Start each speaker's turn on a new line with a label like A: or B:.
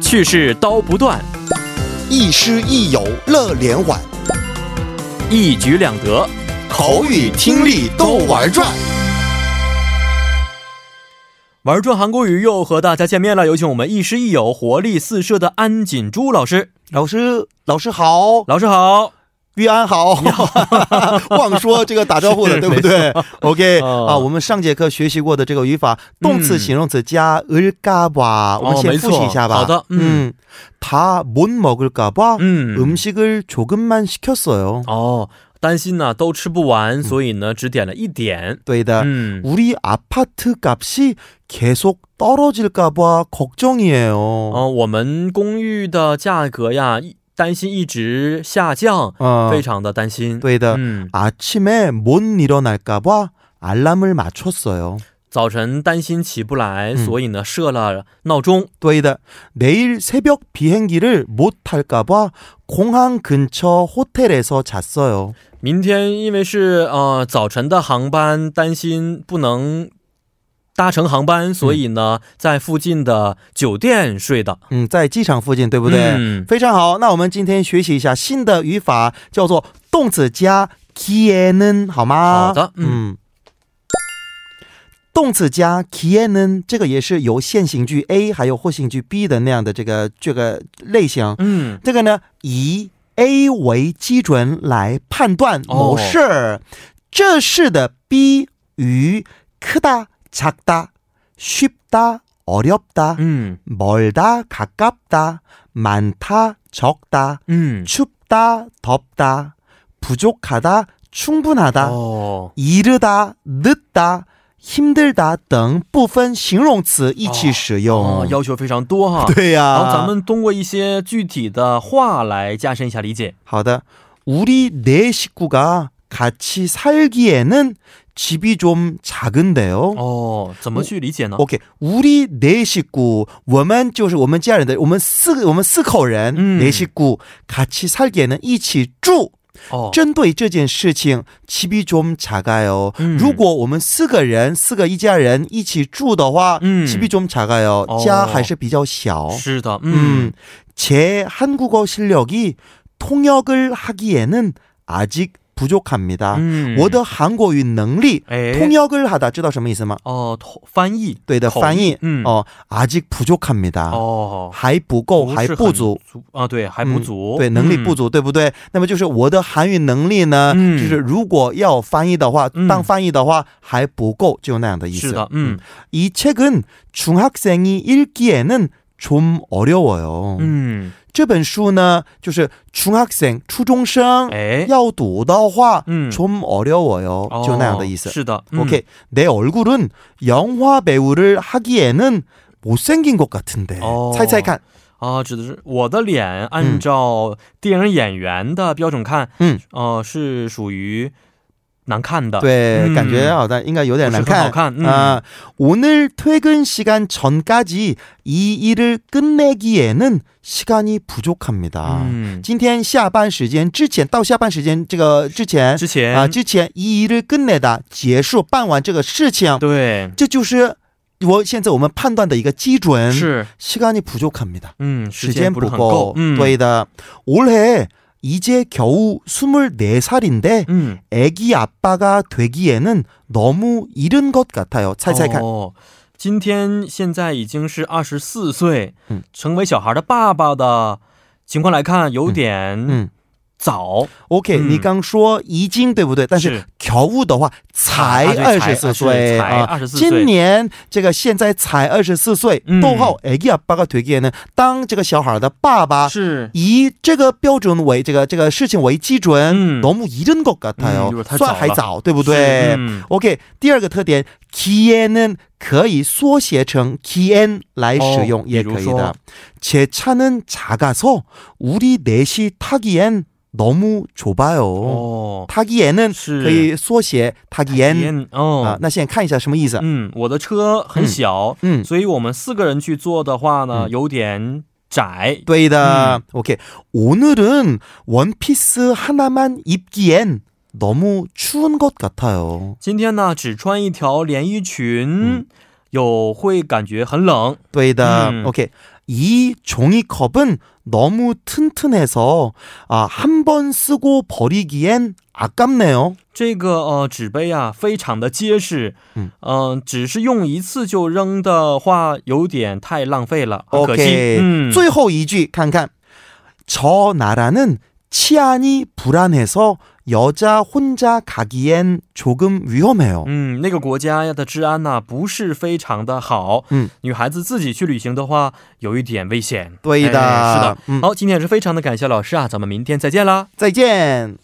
A: 去世刀不断，
B: 亦师亦友乐连环，
A: 一举两得。
B: 口语听力都玩转。
A: 玩转韩国语又和大家见面了，有请我们亦师亦友、活力四射的安锦珠老师。
B: 老师，老师好，
A: 老师好，
B: 玉安好，忘说这个打招呼了，
A: 是
B: 对不 对？OK
A: 哦
B: 啊，我们上节课学习过的这个语法，动词、
A: 嗯
B: 形容词加을까봐，我们
A: 没
B: 先复
A: 错
B: 习一下吧。
A: 好的嗯
B: 嗯，다못먹을까봐
A: 嗯
B: 음식을조금만시켰어요。
A: 哦，担心呢、都吃不完，所以呢只点了一点。
B: 对的。
A: 嗯，
B: 우리아파트값이계속떨어질까봐걱정이에요。
A: 哦，我们公寓的价格呀，一担心一直下降，
B: 啊
A: 非常的担心。
B: 어。 对的。
A: 嗯，
B: 아침에 못 일어날까봐 알람을 맞췄어요.
A: 早晨担心起不来，
B: 嗯
A: 所以呢设了闹钟。
B: 또이다. 내일 새벽 비행기를 못 탈까봐 공항 근처 호텔에서 잤어요.
A: 明天因为是呃早晨的航班，担心不能搭乘航班，所以呢在附近的酒店睡的，
B: 음, 在机场附近对不对
A: 嗯。
B: 非常好那我们今天学习一下新的语法叫做动词加 기에는 好吗
A: 好的嗯
B: 嗯动词加 기에는 这个也是由现行句 A 还有后行句 B 的那样的这个这个类型
A: 嗯，
B: 这个呢，以 A 为基准来判断某事儿、这事的 B 与크다작다쉽다어렵다
A: 嗯
B: 멀다가깝다많다적다
A: 嗯，
B: 춥다덥다부족하다충분하다
A: 哦，
B: 이르다늦다힘들다等部分形容词一起使用。
A: 哦，要求非常多哈。
B: 对啊呀、
A: 然后咱们通过一些具体的话来加深一下理解。
B: 好的. 우리 네 식구가 같이 살기에는 집이 좀 작은데요.
A: 어. 哦，怎么去理解呢？
B: OK， 우리 네 식구，我们就是我们家人的，我们四个，我们四口人，
A: 嗯
B: 네 식구 같이 살기에는 一起住。
A: 哦，
B: 针对这件事情，집이좀작아요。
A: 嗯
B: 如果我们四个人，四个一家人一起住的话，
A: 嗯
B: 집이좀작아요，
A: 哦
B: 家还是比较小。
A: 是的，嗯
B: 哦嗯， 음. 제 한국어 실력이 통역을 하기에는 아직 부족합니다.
A: 嗯，
B: 我的韩国语能力
A: 哎，
B: 통역을 하다 知道什么意思吗?
A: 哦，同翻译，口译，
B: 对的，翻译哦
A: 嗯，
B: 어, 아직 부족합니다.
A: 어. 哦，
B: 还不够,
A: 是很
B: 还不足.嗯
A: 啊，对，还不足，
B: 对，能力不足，对不对？那么就是我的韩语能力呢，
A: 嗯
B: 就是如果要翻译的话，
A: 嗯
B: 当翻译的话还不够，就那样的
A: 嗯，
B: 意思。
A: 是的，嗯
B: 이 책은 중학생이 읽기에는 좀
A: 음.
B: 어려워요.
A: 嗯，
B: 这本书呢，就是中学生、初中生
A: 哎，
B: 要读的话，
A: 嗯
B: 좀어려워요，
A: 哦
B: 就那样的意思。
A: 是的嗯
B: OK，내얼굴은영화배우를하기에는못생긴것같은데，
A: 哦
B: 猜猜看，
A: 啊，指的是我的脸，按照电影演员的标准看，
B: 嗯，
A: 呃，是属于难看的，，
B: 对，
A: 嗯
B: 感觉好像应该有点难
A: 不是很好
B: 看。
A: 看，嗯，
B: 啊、오늘퇴근시간전까지이일을끝내기에는시간이부족합니다。
A: 嗯，
B: 今天下班时间之前，到下班时间这个之前，
A: 之前
B: 啊， 아， 之前一日끝내다结束办完这个事情，
A: 对，
B: 这就是我现在我们判断的一个基准。
A: 是，
B: 시간이부족합니다，
A: 嗯，
B: 嗯时
A: 时
B: 间
A: 间
B: 不
A: 不是很够嗯
B: 够，。对的。올해이제겨우스물네살인데
A: 嗯，
B: 애기아빠가되기에는너무이른것같아요。猜
A: 어。
B: 猜看，
A: 哦，今天现在已经是二十四岁，
B: 嗯
A: 成为小孩的爸爸的情况来看，有点
B: 嗯
A: 早。
B: ，OK，、
A: 嗯
B: 你刚说已经对不对？但是
A: 음。 是 아，
B: 겨우的话才
A: 啊对
B: 二十四岁 어。
A: 才
B: 啊。
A: 二十四岁。
B: 今年这个现在才二十四岁哎
A: 嗯，
B: 逗号애기아빠가되기에는当这个小孩的爸爸
A: 是
B: 以这个标准为这个这个事情为基
A: 嗯
B: 准，너무이른것같아
A: 嗯有点太早了
B: 요， 算还早，对不对、
A: 嗯
B: o k 第二个特点 k n 呢可以缩写成 k n 来使用，
A: 哦
B: 也可以
A: 比如说
B: 的。제차는작아서우리넷이타기엔너무좁아요。
A: 哦，
B: 타기에는
A: 是
B: 可以缩写타기엔
A: 烟哦、
B: 啊。那现在看一下什么意思？
A: 嗯，我的车很小、
B: 嗯，
A: 所以我们四个人去坐的话呢，
B: 嗯
A: 有点窄。
B: 对的。OK，오 음. 늘은원피스하나만입기엔너무추운것같아요。
A: 今天呢，只穿一条连衣裙，
B: 嗯
A: 有会感觉很冷。
B: 对的。
A: 嗯
B: OK， 이 종이컵은 너무 튼튼해서 아, 한 번 쓰고 버리기엔 아깝네요.
A: 这个呃纸杯啊，非常的结实，
B: 嗯
A: 嗯、只是用一次就扔的话，有点太浪费了，很可惜。
B: 오케이.
A: 嗯，
B: 最后一句 칸칸. 저 나라는 치안이 불안해서 여자 혼자 가기엔 조금 위험해요.
A: 嗯，那个国家呀的治安呐、不是非常的好，
B: 嗯
A: 嗯，女孩子自己去旅行的话，有一点危险。
B: 对的
A: 哎是的、
B: 嗯
A: 好，今天也是非常的感谢老师啊，咱们明天再见啦。
B: 再见。